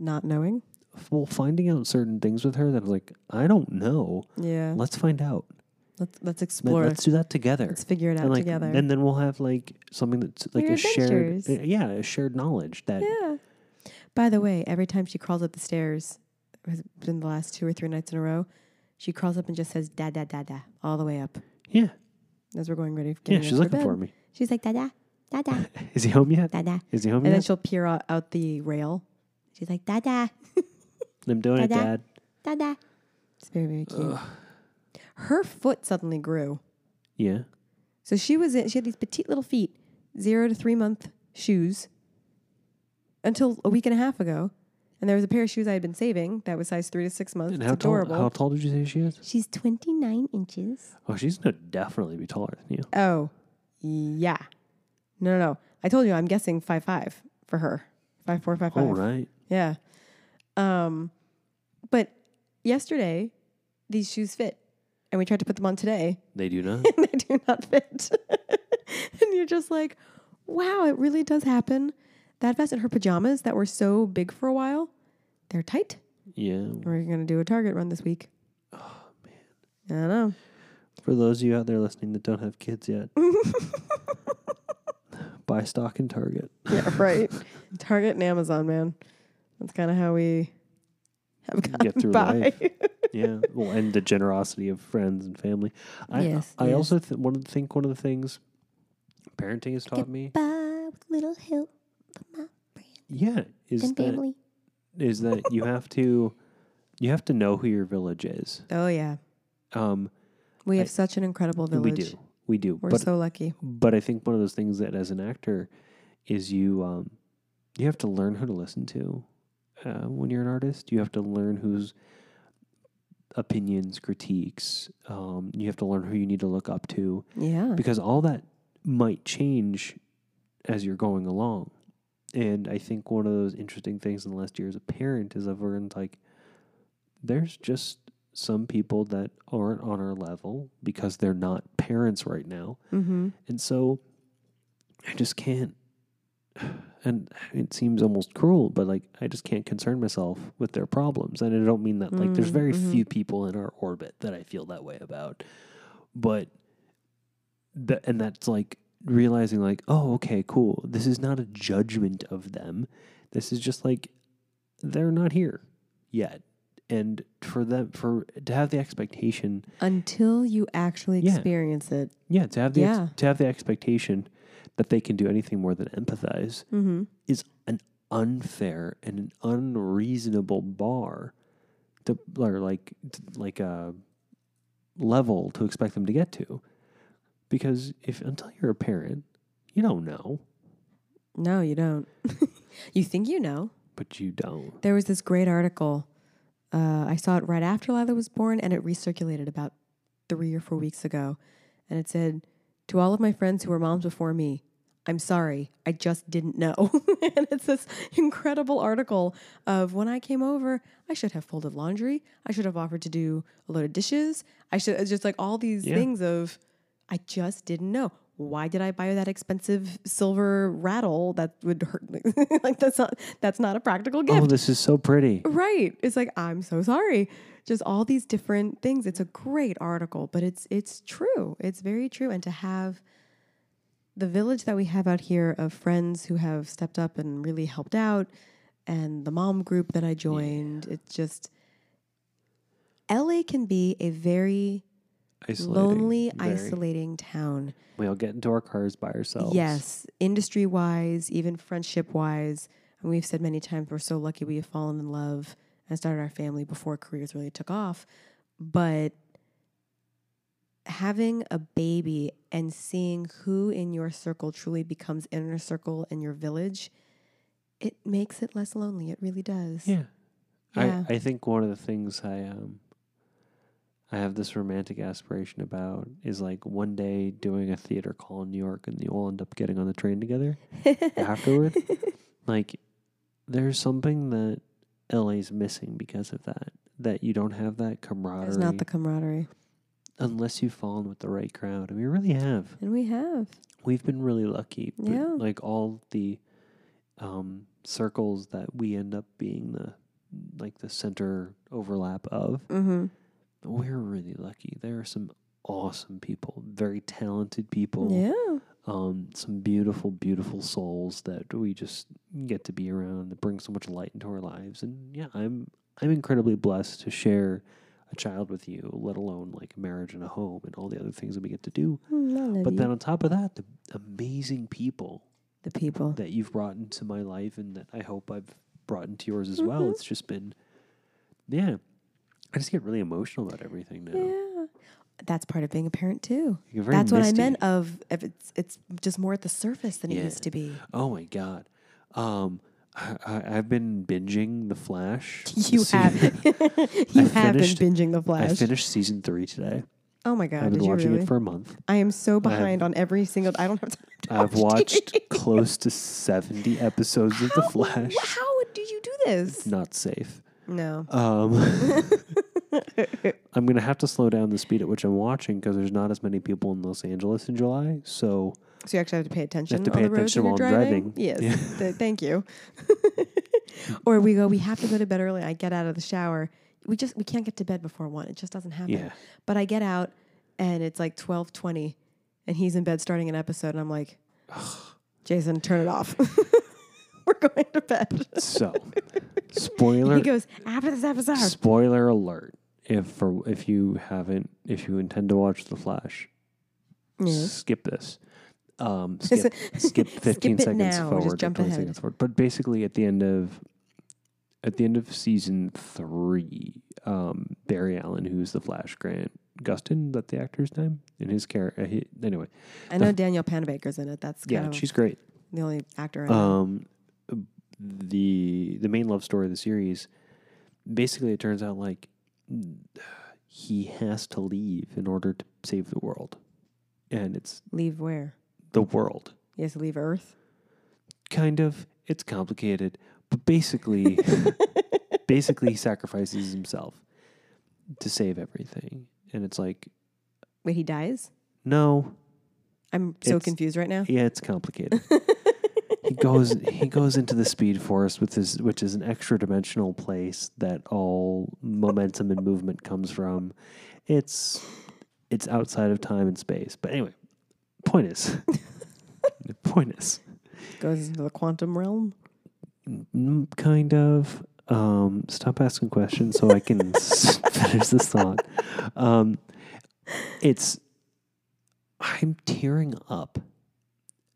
Speaker 1: Not knowing.
Speaker 2: well finding out certain things with her that I'm like I don't know.
Speaker 1: Yeah.
Speaker 2: Let's find out.
Speaker 1: Let's let's
Speaker 2: Let-
Speaker 1: explore.
Speaker 2: Let's do that together.
Speaker 1: Let's figure it out
Speaker 2: and like,
Speaker 1: together.
Speaker 2: And then we'll have like something that's like
Speaker 1: Your
Speaker 2: a shared,
Speaker 1: adventures.
Speaker 2: uh, yeah, a shared knowledge that
Speaker 1: Yeah. By the way, every time she crawls up the stairs, it's been the last two or three nights in a row, she crawls up and just says da da da da all the way up
Speaker 2: yeah,
Speaker 1: as we're going ready.
Speaker 2: yeah,
Speaker 1: getting
Speaker 2: she's
Speaker 1: ready
Speaker 2: looking
Speaker 1: bed.
Speaker 2: for me.
Speaker 1: She's like da da da da
Speaker 2: Is he home yet?
Speaker 1: da da, and
Speaker 2: Is he home
Speaker 1: then
Speaker 2: yet?
Speaker 1: she'll peer out, out the rail. She's like da da
Speaker 2: I'm doing it,
Speaker 1: Dada.
Speaker 2: Dad.
Speaker 1: da da. It's very very cute. Her foot suddenly grew,
Speaker 2: Yeah,
Speaker 1: so she was in, she had these petite little feet, zero to three month shoes until a week and a half ago. And there was a pair of shoes I had been saving that was size three to six months.
Speaker 2: And
Speaker 1: it's
Speaker 2: how tall,
Speaker 1: adorable.
Speaker 2: how tall did you say she is?
Speaker 1: She's 29 inches.
Speaker 2: Oh, she's gonna definitely be taller than you.
Speaker 1: Oh, yeah. No, no, no. I told you, I'm guessing five five for her. Five four, five five.
Speaker 2: All right.
Speaker 1: Yeah. Um, but yesterday, these shoes fit, and we tried to put them on today,
Speaker 2: They do not.
Speaker 1: and they do not fit. and you're just like, wow, it really does happen. That vest and her pajamas that were so big for a while, they're tight.
Speaker 2: yeah.
Speaker 1: We're gonna do a Target run this week. Oh man. I know.
Speaker 2: For those of you out there listening that don't have kids yet, buy stock in Target.
Speaker 1: Yeah, right. Target and Amazon, man. That's kind of how we have gotten
Speaker 2: through
Speaker 1: by.
Speaker 2: life. Yeah. well, and the generosity of friends and family. I,
Speaker 1: Yes,
Speaker 2: I
Speaker 1: yes.
Speaker 2: also th- one of the, think one of the things parenting has taught me.
Speaker 1: by with little help from my friends
Speaker 2: Yeah, is
Speaker 1: and
Speaker 2: that
Speaker 1: family.
Speaker 2: is that you have to you have to know who your village is.
Speaker 1: Oh yeah,
Speaker 2: Um,
Speaker 1: we have
Speaker 2: I-
Speaker 1: such an incredible village.
Speaker 2: we do, we do.
Speaker 1: We're
Speaker 2: but
Speaker 1: so lucky.
Speaker 2: but I think one of those things that as an actor is you um, you have to learn who to listen to uh, when you're an artist. You have to learn whose opinions, critiques. Um, you have to learn who you need to look up to
Speaker 1: Yeah.
Speaker 2: because all that might change as you're going along. And I think one of those interesting things in the last year as a parent is I've learned like there's just some people that aren't on our level because they're not parents right now.
Speaker 1: Mm-hmm.
Speaker 2: And so I just can't. And it seems almost cruel, but like I just can't concern myself with their problems. And I don't mean that like there's
Speaker 1: Mm,
Speaker 2: very
Speaker 1: mhm.
Speaker 2: few people in our orbit that I feel that way about. But that and that's like realizing like, oh, okay, cool. This is not a judgment of them. This is just like they're not here yet. And for them for to have the expectation
Speaker 1: Until you actually
Speaker 2: Yeah.
Speaker 1: experience it.
Speaker 2: yeah, to have the ex-
Speaker 1: Yeah.
Speaker 2: to have the expectation that they can do anything more than empathize
Speaker 1: Mm-hmm.
Speaker 2: is an unfair and an unreasonable bar to or like t- like a level to expect them to get to. Because if until you're a parent, you don't know,
Speaker 1: No, you don't. you think you know.
Speaker 2: but you don't.
Speaker 1: There was this great article. Uh, I saw it right after Lila was born, and it recirculated about three or four weeks ago. And it said, To all of my friends who were moms before me, I'm sorry, I just didn't know. and it's this incredible article of when I came over, I should have folded laundry. I should have offered to do a load of dishes. I should, it's just like all these
Speaker 2: Yeah.
Speaker 1: things of, I just didn't know. Why did I buy that expensive silver rattle that would hurt? like that's not that's not a practical gift.
Speaker 2: Oh, this is so pretty.
Speaker 1: Right. It's like I'm so sorry. Just all these different things. It's a great article, but it's it's true. It's very true and to have the village that we have out here of friends who have stepped up and really helped out and the mom group that I joined, it's just LA can be a very
Speaker 2: Isolating,
Speaker 1: lonely,
Speaker 2: very.
Speaker 1: isolating town.
Speaker 2: We all get into our cars by ourselves.
Speaker 1: Yes, industry wise, even friendship wise. And we've said many times we're so lucky we have fallen in love and started our family before careers really took off. But having a baby and seeing who in your circle truly becomes inner circle in your village, it makes it less lonely. It really does.
Speaker 2: Yeah.
Speaker 1: Yeah.
Speaker 2: I, I think one of the things I um I have this romantic aspiration about is like one day doing a theater call in New York and you'll end up getting on the train together afterward. Like there's something that LA's missing because of that. That you don't have that camaraderie
Speaker 1: There's not the camaraderie.
Speaker 2: unless you've fallen with the right crowd. And we really have
Speaker 1: And we have.
Speaker 2: we've been really lucky. but,
Speaker 1: Yeah.
Speaker 2: Like all the um, circles that we end up being the like the center overlap of,
Speaker 1: Mm-hmm.
Speaker 2: we're really lucky. There are some awesome people, very talented people,
Speaker 1: Yeah.
Speaker 2: um, some beautiful, beautiful souls that we just get to be around that bring so much light into our lives. And yeah, I'm I'm incredibly blessed to share a child with you, let alone like a marriage and a home and all the other things that we get to do.
Speaker 1: Mm, I love
Speaker 2: But
Speaker 1: you.
Speaker 2: then on top of that, the amazing people
Speaker 1: the people.
Speaker 2: that you've brought into my life and that I hope I've brought into yours as well.
Speaker 1: Mhm.
Speaker 2: It's just been, yeah. I just get really emotional about everything now.
Speaker 1: Yeah. that's part of being a parent too.
Speaker 2: You're very
Speaker 1: That's what I
Speaker 2: misty.
Speaker 1: meant of if it's it's just more at the surface than
Speaker 2: Yeah.
Speaker 1: it used to be.
Speaker 2: Oh my god. Um, I, I, I've been binging The Flash.
Speaker 1: You
Speaker 2: See-
Speaker 1: have you have been
Speaker 2: finished-
Speaker 1: binging the
Speaker 2: I
Speaker 1: Flash.
Speaker 2: finished season three today.
Speaker 1: oh my
Speaker 2: I've
Speaker 1: god,
Speaker 2: been
Speaker 1: did you
Speaker 2: watching
Speaker 1: really?
Speaker 2: it for a month.
Speaker 1: I am so behind on every single. I don't have time. To
Speaker 2: I've
Speaker 1: watch
Speaker 2: watched
Speaker 1: TV.
Speaker 2: close to seventy episodes of The
Speaker 1: How-
Speaker 2: Flash.
Speaker 1: How do you do this?
Speaker 2: Not safe.
Speaker 1: No.
Speaker 2: Um, I'm gonna have to slow down the speed at which I'm watching because there's not as many people in Los Angeles in July. So
Speaker 1: So you actually have to pay attention
Speaker 2: to pay
Speaker 1: on the roads
Speaker 2: attention
Speaker 1: when
Speaker 2: while
Speaker 1: you're
Speaker 2: I'm
Speaker 1: driving.
Speaker 2: driving.
Speaker 1: Yes.
Speaker 2: Yeah.
Speaker 1: Th- thank you. or we go, we have to go to bed early. I get out of the shower. We just we can't get to bed before one. It just doesn't happen.
Speaker 2: Yeah.
Speaker 1: But I get out and it's like twelve twenty and he's in bed starting an episode and I'm like, Jason, turn it off. We're going to bed.
Speaker 2: so
Speaker 1: And
Speaker 2: spoiler
Speaker 1: he goes, after this episode.
Speaker 2: spoiler alert. If for if you haven't if you intend to watch The Flash,
Speaker 1: Yes.
Speaker 2: skip this. Um, skip, skip 15
Speaker 1: it
Speaker 2: seconds
Speaker 1: now or
Speaker 2: forward
Speaker 1: just
Speaker 2: or
Speaker 1: jump
Speaker 2: 20
Speaker 1: ahead.
Speaker 2: seconds forward. But basically at the end of at the end of season 3, um, Barry Allen who's the Flash Grant Gustin, is that the actor's name? In his character anyway.
Speaker 1: I know Danielle Panabaker's in it. That's
Speaker 2: Yeah,
Speaker 1: kind of
Speaker 2: she's great.
Speaker 1: the only actor I know.
Speaker 2: Um the the main love story of the series basically it turns out like he has to leave in order to save the world. And it's
Speaker 1: leave where?
Speaker 2: the world.
Speaker 1: Yes, leave Earth.
Speaker 2: kind of it's complicated but basically basically he sacrifices himself to save everything and it's like
Speaker 1: Wait, he dies?
Speaker 2: no
Speaker 1: I'm so
Speaker 2: It's-
Speaker 1: confused right now.
Speaker 2: yeah it's complicated he goes he goes into the speed force with his which is an extra dimensional place that all momentum and movement comes from it's it's outside of time and space but anyway point is the point is
Speaker 1: Goes into the quantum realm.
Speaker 2: Mm, kind of. Um, stop asking questions so I can s- finish this thought. Um, it's I'm tearing up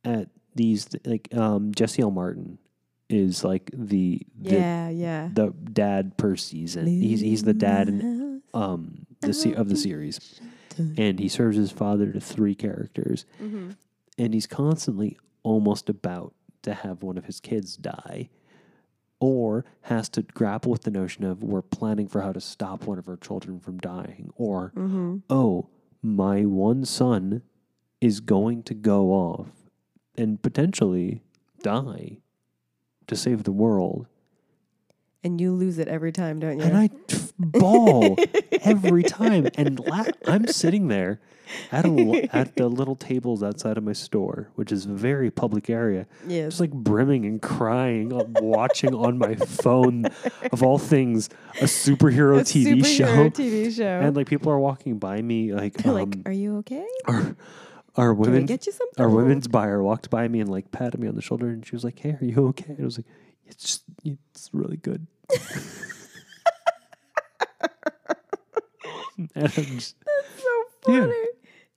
Speaker 2: at these like um, Jesse L. Martin is like the the,
Speaker 1: yeah, yeah.
Speaker 2: the dad per season. He's he's the dad in,
Speaker 1: in
Speaker 2: um the se- of the series, and he serves his father to three characters,
Speaker 1: Mm-hmm.
Speaker 2: and he's constantly almost about to have one of his kids die or has to grapple with the notion of we're planning for how to stop one of our children from dying or
Speaker 1: Mm-hmm.
Speaker 2: oh my one son is going to go off and potentially die to save the world
Speaker 1: And you lose it every time, don't you?
Speaker 2: and I t- ball every time. And la- I'm sitting there at a l- at the little tables outside of my store, which is a very public area,
Speaker 1: yes.
Speaker 2: just like brimming and crying, uh, watching on my phone, of all things, a superhero
Speaker 1: A
Speaker 2: TV show.
Speaker 1: superhero TV show.
Speaker 2: And like people are walking by me, like,
Speaker 1: They're
Speaker 2: um,
Speaker 1: like, are you okay?
Speaker 2: are are
Speaker 1: Can I
Speaker 2: women
Speaker 1: get you something?
Speaker 2: our women's buyer walked by me and like patted me on the shoulder and she was like, "Hey, are you okay?" And I was like, "It's just, it's really good." and I'm just,
Speaker 1: so
Speaker 2: Yeah.
Speaker 1: funny.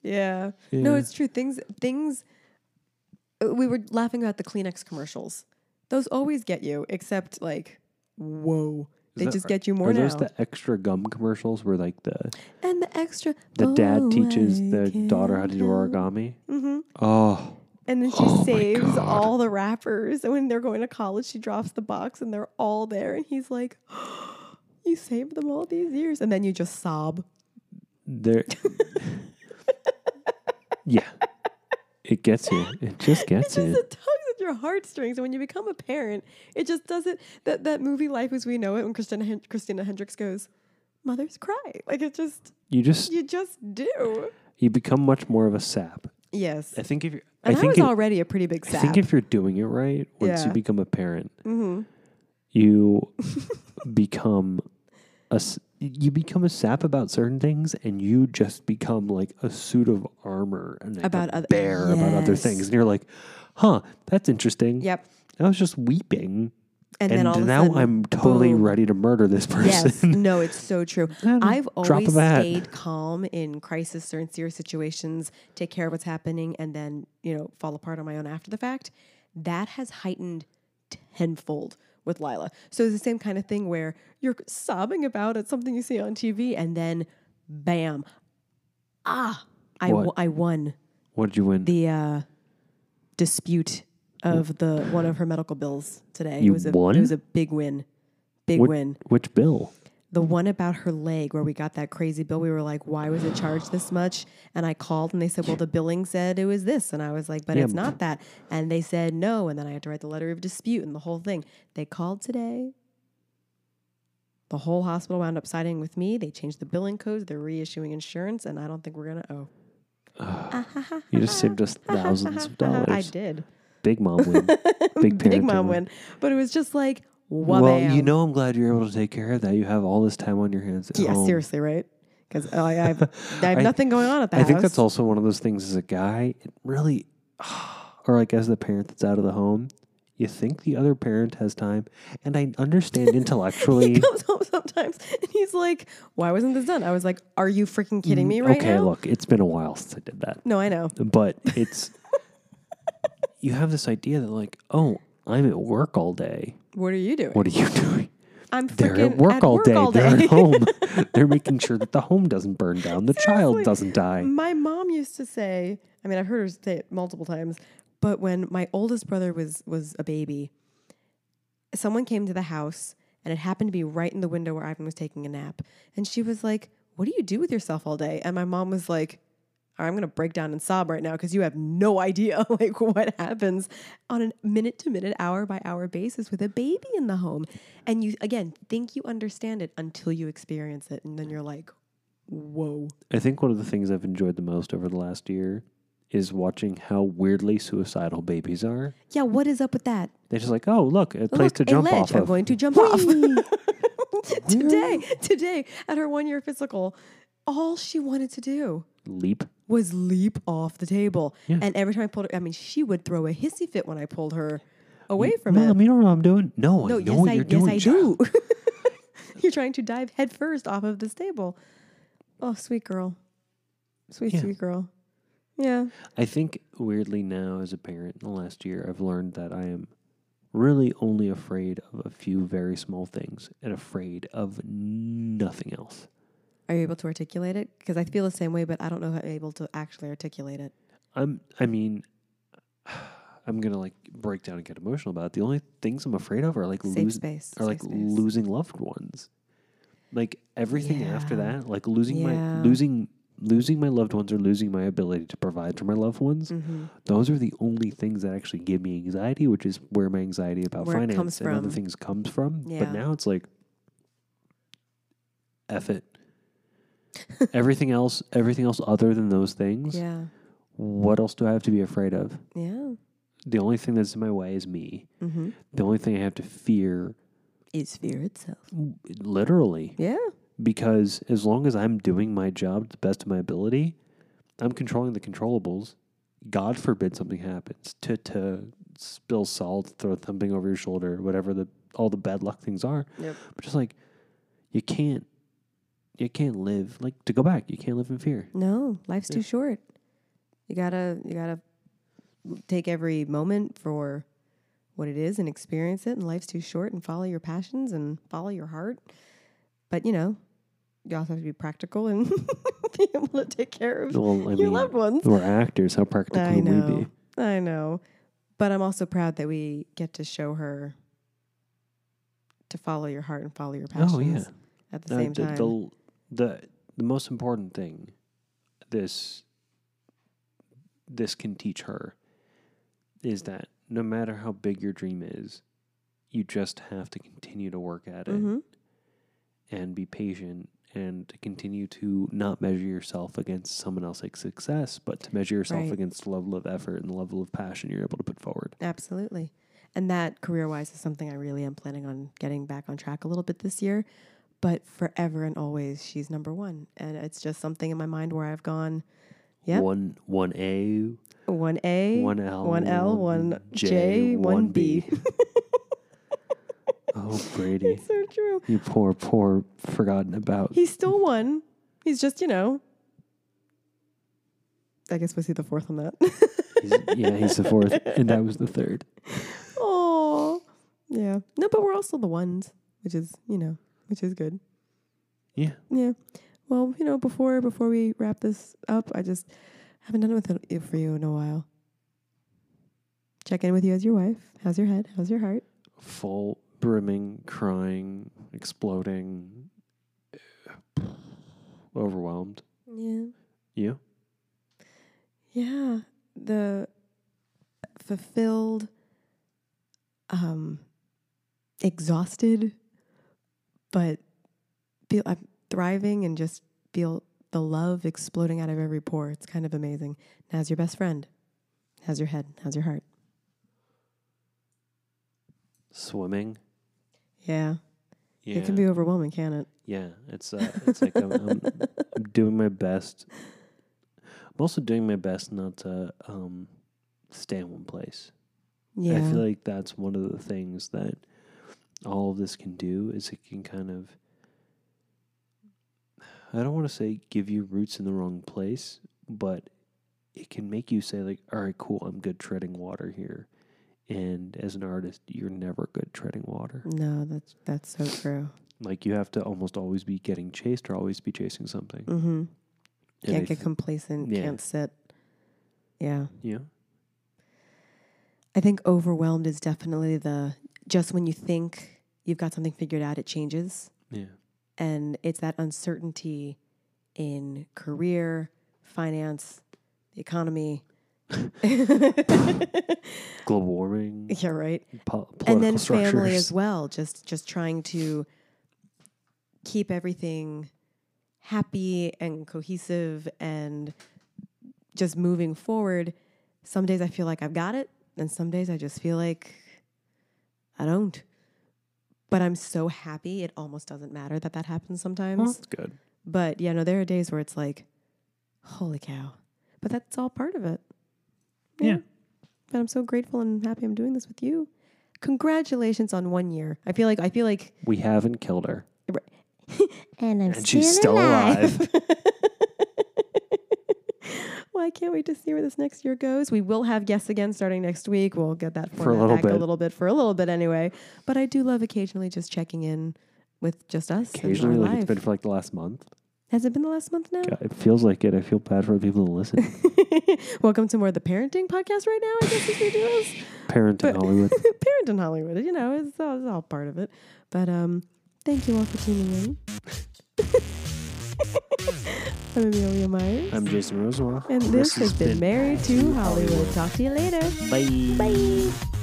Speaker 1: Yeah. No,
Speaker 2: Yeah.
Speaker 1: it's true. Things things uh, we were laughing about the Kleenex commercials. Those always get you, except like, whoa. They
Speaker 2: that-
Speaker 1: just get you more
Speaker 2: are
Speaker 1: now.
Speaker 2: those the extra gum commercials where like the
Speaker 1: and the extra
Speaker 2: the
Speaker 1: "Oh,
Speaker 2: dad teaches
Speaker 1: I
Speaker 2: the daughter how
Speaker 1: can't
Speaker 2: to do
Speaker 1: help
Speaker 2: origami?
Speaker 1: Mhm.
Speaker 2: Oh,
Speaker 1: And then she
Speaker 2: Oh my
Speaker 1: saves
Speaker 2: God.
Speaker 1: all the wrappers. And when they're going to college, she drops the box and they're all there. And he's like, You saved them all these years. And then you just sob.
Speaker 2: there. yeah, it gets you. It just
Speaker 1: It
Speaker 2: gets
Speaker 1: just it
Speaker 2: you.
Speaker 1: tugs at your heartstrings. And when you become a parent, it just doesn't. That, that movie, Life as We Know It, when Christina, Hen- Christina Hendricks goes, Mothers cry. Like it just,
Speaker 2: You just
Speaker 1: you just do.
Speaker 2: you become much more of a sap.
Speaker 1: Yes.
Speaker 2: I think if you're,
Speaker 1: And I,
Speaker 2: think
Speaker 1: was
Speaker 2: it-
Speaker 1: already a pretty big
Speaker 2: I
Speaker 1: sap.
Speaker 2: think if you're doing it right, once you
Speaker 1: Yeah.
Speaker 2: become a parent,
Speaker 1: Mhm.
Speaker 2: you become a s- you become a sap about certain things, and you just become like a suit of armor and like
Speaker 1: About
Speaker 2: a
Speaker 1: oth-
Speaker 2: bear about other
Speaker 1: yes.
Speaker 2: things, and you're like, huh, that's interesting.
Speaker 1: Yep.
Speaker 2: I was just weeping,
Speaker 1: And,
Speaker 2: and,
Speaker 1: then all of a
Speaker 2: now
Speaker 1: sudden,
Speaker 2: I'm totally
Speaker 1: boom.
Speaker 2: ready to murder this
Speaker 1: Yes,
Speaker 2: person.
Speaker 1: no, it's so true.
Speaker 2: At a
Speaker 1: I've
Speaker 2: drop of
Speaker 1: always
Speaker 2: a hat.
Speaker 1: stayed calm in crisis or in serious situations, take care of what's happening, and then you know fall apart on my own after the fact. That has heightened tenfold with Lila. So it's the same kind of thing where you're sobbing about it, something you see on TV, and then bam, Ah, I, w-
Speaker 2: What?
Speaker 1: I won
Speaker 2: What did you win?
Speaker 1: the uh, dispute of the one of her medical bills today.
Speaker 2: You
Speaker 1: it was a,
Speaker 2: won?
Speaker 1: It was a big win. Big
Speaker 2: What-
Speaker 1: win.
Speaker 2: Which bill?
Speaker 1: The one about her leg where we got that crazy bill. We were like, why was it charged this much? And I called and they said, well, the billing said it was this. And I was like, but
Speaker 2: Yeah,
Speaker 1: it's
Speaker 2: but-
Speaker 1: not that. And they said no. And then I had to write the letter of dispute and the whole thing. They called today. The whole hospital wound up siding with me. They changed the billing codes. They're reissuing insurance. And I don't think we're going to owe.
Speaker 2: You just saved us thousands of dollars.
Speaker 1: I did.
Speaker 2: Big mom win.
Speaker 1: Big
Speaker 2: Big parenting
Speaker 1: mom
Speaker 2: win.
Speaker 1: win. But it was just like,
Speaker 2: Well,
Speaker 1: wabam.
Speaker 2: you know, I'm glad you're able to take care of that. You have all this time on your hands. At
Speaker 1: Yeah,
Speaker 2: home.
Speaker 1: seriously, right? Because I, I have, I have
Speaker 2: I-
Speaker 1: nothing going on at the
Speaker 2: I
Speaker 1: house.
Speaker 2: think that's also one of those things as a guy, it really, or like as the parent that's out of the home, you think the other parent has time. And I understand
Speaker 1: He
Speaker 2: intellectually.
Speaker 1: comes home sometimes and he's like, Why wasn't this done? I was like, Are you freaking kidding me right
Speaker 2: Mm, okay,
Speaker 1: now?
Speaker 2: look, it's been a while since I did that.
Speaker 1: No, I know.
Speaker 2: But it's, you have this idea that, like, oh, I'm at work all day.
Speaker 1: What are you doing?
Speaker 2: What are you doing?
Speaker 1: I'm
Speaker 2: They're
Speaker 1: freaking
Speaker 2: at work, all, day.
Speaker 1: all
Speaker 2: They're
Speaker 1: day.
Speaker 2: at home. They're making sure that the home doesn't burn down, the child doesn't die.
Speaker 1: My mom used to say, I mean, I've heard her say it multiple times, but when my oldest brother was was a baby, someone came to the house and it happened to be right in the window where Ivan was taking a nap. And she was like, What do you do with yourself all day? And my mom was like, "All right, I'm gonna break down and sob right now because you have no idea like what happens on a minute to minute, hour by hour basis with a baby in the home. And you again think you understand it until you experience it, and then you're like, Whoa.
Speaker 2: I think one of the things I've enjoyed the most over the last year is watching how weirdly suicidal babies are.
Speaker 1: Yeah, what is up with that?
Speaker 2: They're just like, oh, look, a place
Speaker 1: Look,
Speaker 2: to
Speaker 1: a
Speaker 2: jump
Speaker 1: ledge.
Speaker 2: off
Speaker 1: I'm
Speaker 2: of.
Speaker 1: going to jump off. today, today, at her one year physical, all she wanted to do
Speaker 2: Leap.
Speaker 1: was leap off the table.
Speaker 2: Yeah.
Speaker 1: And every time I pulled her, I mean, she would throw a hissy fit when I pulled her away from it.
Speaker 2: Mom, you know what I'm doing?
Speaker 1: No,
Speaker 2: No, I know
Speaker 1: yes,
Speaker 2: what
Speaker 1: I,
Speaker 2: you're
Speaker 1: yes,
Speaker 2: doing.
Speaker 1: I
Speaker 2: child.
Speaker 1: do. you're trying to dive headfirst off of this table. Oh, sweet girl. Sweet,
Speaker 2: Yeah.
Speaker 1: sweet girl. Yeah.
Speaker 2: I think weirdly now, as a parent in the last year, I've learned that I am really only afraid of a few very small things and afraid of nothing else.
Speaker 1: Are you able to articulate it? Because I feel the same way, but I don't know if I'm able to actually articulate it.
Speaker 2: I'm. I mean, I'm gonna like break down and get emotional about it. The only things I'm afraid of are like
Speaker 1: Safe
Speaker 2: losing.
Speaker 1: space.
Speaker 2: or like
Speaker 1: safe space.
Speaker 2: losing loved ones. Like everything after
Speaker 1: Yeah.
Speaker 2: that, like losing
Speaker 1: Yeah.
Speaker 2: my losing losing my loved ones or losing my ability to provide for my loved ones.
Speaker 1: Mhm.
Speaker 2: Those are the only things that actually give me anxiety, which is where my anxiety about
Speaker 1: Where it
Speaker 2: finance
Speaker 1: comes
Speaker 2: and other
Speaker 1: from.
Speaker 2: things comes from.
Speaker 1: Yeah.
Speaker 2: But now it's like F it. everything else everything else other than those things,
Speaker 1: Yeah.
Speaker 2: what else do I have to be afraid of?
Speaker 1: Yeah.
Speaker 2: The only thing that's in my way is me.
Speaker 1: Mm-hmm.
Speaker 2: The only thing I have to fear
Speaker 1: It's fear itself.
Speaker 2: literally
Speaker 1: Yeah.
Speaker 2: because as long as I'm doing my job to the best of my ability, I'm controlling the controllables. God forbid something happens to to spill salt, throw something over your shoulder, whatever the all the bad luck things are.
Speaker 1: Yep.
Speaker 2: But just like you can't, you can't live like to go back. You can't live in fear.
Speaker 1: No, life's
Speaker 2: Yeah.
Speaker 1: too short. You gotta you gotta take every moment for what it is and experience it. And life's too short. And follow your passions and follow your heart. But you know, you also have to be practical and be able to take care of
Speaker 2: Well, I
Speaker 1: your
Speaker 2: mean,
Speaker 1: loved ones.
Speaker 2: we're actors. How practical
Speaker 1: I
Speaker 2: can
Speaker 1: know.
Speaker 2: we be?
Speaker 1: I know. But I'm also proud that we get to show her to follow your heart and follow your passions
Speaker 2: Oh yeah.
Speaker 1: at the
Speaker 2: No,
Speaker 1: same
Speaker 2: the,
Speaker 1: time.
Speaker 2: The, the the most important thing this this can teach her is that no matter how big your dream is, you just have to continue to work at it
Speaker 1: Mhm.
Speaker 2: and be patient and to continue to not measure yourself against someone else's success, but to measure yourself
Speaker 1: Right.
Speaker 2: against the level of effort and the level of passion you're able to put forward.
Speaker 1: Absolutely. And that career wise is something I really am planning on getting back on track a little bit this year. But forever and always, she's number one. And it's just something in my mind where I've gone Yep.
Speaker 2: One one A,
Speaker 1: one A,
Speaker 2: one L,
Speaker 1: one L, one J, one B.
Speaker 2: oh, Brady.
Speaker 1: so true.
Speaker 2: You poor, poor, forgotten about.
Speaker 1: He's still one. He's just, you know, I guess we'll see the fourth on that.
Speaker 2: He's, yeah, he's the fourth, and that was the third.
Speaker 1: Oh, yeah. No, but we're also the ones, which is you know, which is good.
Speaker 2: Yeah.
Speaker 1: Yeah. well, you know, before before we wrap this up, I just haven't done it with it for you in a while. Check in with you as your wife. How's your head? How's your heart?
Speaker 2: Full brimming, crying, exploding, uh, overwhelmed.
Speaker 1: Yeah.
Speaker 2: You?
Speaker 1: Yeah, the fulfilled, um, exhausted, but feel I'm thriving and just feel the love exploding out of every pore. It's kind of amazing. And how's your best friend? How's your head? How's your heart?
Speaker 2: Swimming?
Speaker 1: Yeah,
Speaker 2: Yeah.
Speaker 1: it can be overwhelming, can it?
Speaker 2: Yeah, it's uh, it's like I'm, I'm, I'm doing my best. I'm also doing my best not to um, stay in one place.
Speaker 1: Yeah,
Speaker 2: I feel like that's one of the things that all of this can do is it can kind of I don't want to say give you roots in the wrong place, but it can make you say like, "All right, cool, I'm good treading water here." And as an artist, you're never good treading water.
Speaker 1: no, that's that's so true.
Speaker 2: Like you have to almost always be getting chased or always be chasing something.
Speaker 1: Mm-hmm.
Speaker 2: And
Speaker 1: Can't
Speaker 2: I
Speaker 1: get
Speaker 2: th-
Speaker 1: complacent.
Speaker 2: Yeah.
Speaker 1: Can't sit. Yeah.
Speaker 2: yeah.
Speaker 1: I think overwhelmed is definitely the just when you think you've got something figured out, it changes.
Speaker 2: Yeah.
Speaker 1: And it's that uncertainty in career, finance, the economy. yeah,
Speaker 2: Global warming,
Speaker 1: right.
Speaker 2: po- political
Speaker 1: And then
Speaker 2: structures.
Speaker 1: family as well, just just trying to keep everything happy and cohesive and just moving forward. Some days I feel like I've got it, and some days I just feel like I don't. But I'm so happy it almost doesn't matter that that happens sometimes.
Speaker 2: Well, that's good.
Speaker 1: But yeah, no, there are days where it's like, holy cow. But that's all part of it.
Speaker 2: Yeah.
Speaker 1: But I'm so grateful and happy I'm doing this with you. Congratulations on one year. I feel like I feel like
Speaker 2: We haven't killed her.
Speaker 1: And I'm
Speaker 2: And she's still alive.
Speaker 1: well, I can't wait to see where this next year goes. We will have guests again starting next week. We'll get that
Speaker 2: For a
Speaker 1: format
Speaker 2: little
Speaker 1: back a
Speaker 2: bit.
Speaker 1: little bit for a little bit anyway. But I do love occasionally just checking in with just us. and our
Speaker 2: Occasionally, like it's
Speaker 1: life.
Speaker 2: been for like the last month.
Speaker 1: Has it been the last month now?
Speaker 2: God, it feels like it. I feel bad for the people who listen.
Speaker 1: Welcome to more of the parenting podcast right now, I guess as we do this.
Speaker 2: Parent in Hollywood.
Speaker 1: Parent in Hollywood, you know, it's all, it's all part of it. But um, thank you all for tuning in. I'm Amelia Myers.
Speaker 2: I'm Jason Rosenwald.
Speaker 1: and this has been Married to Hollywood. Talk to you later.
Speaker 2: Bye.
Speaker 1: Bye.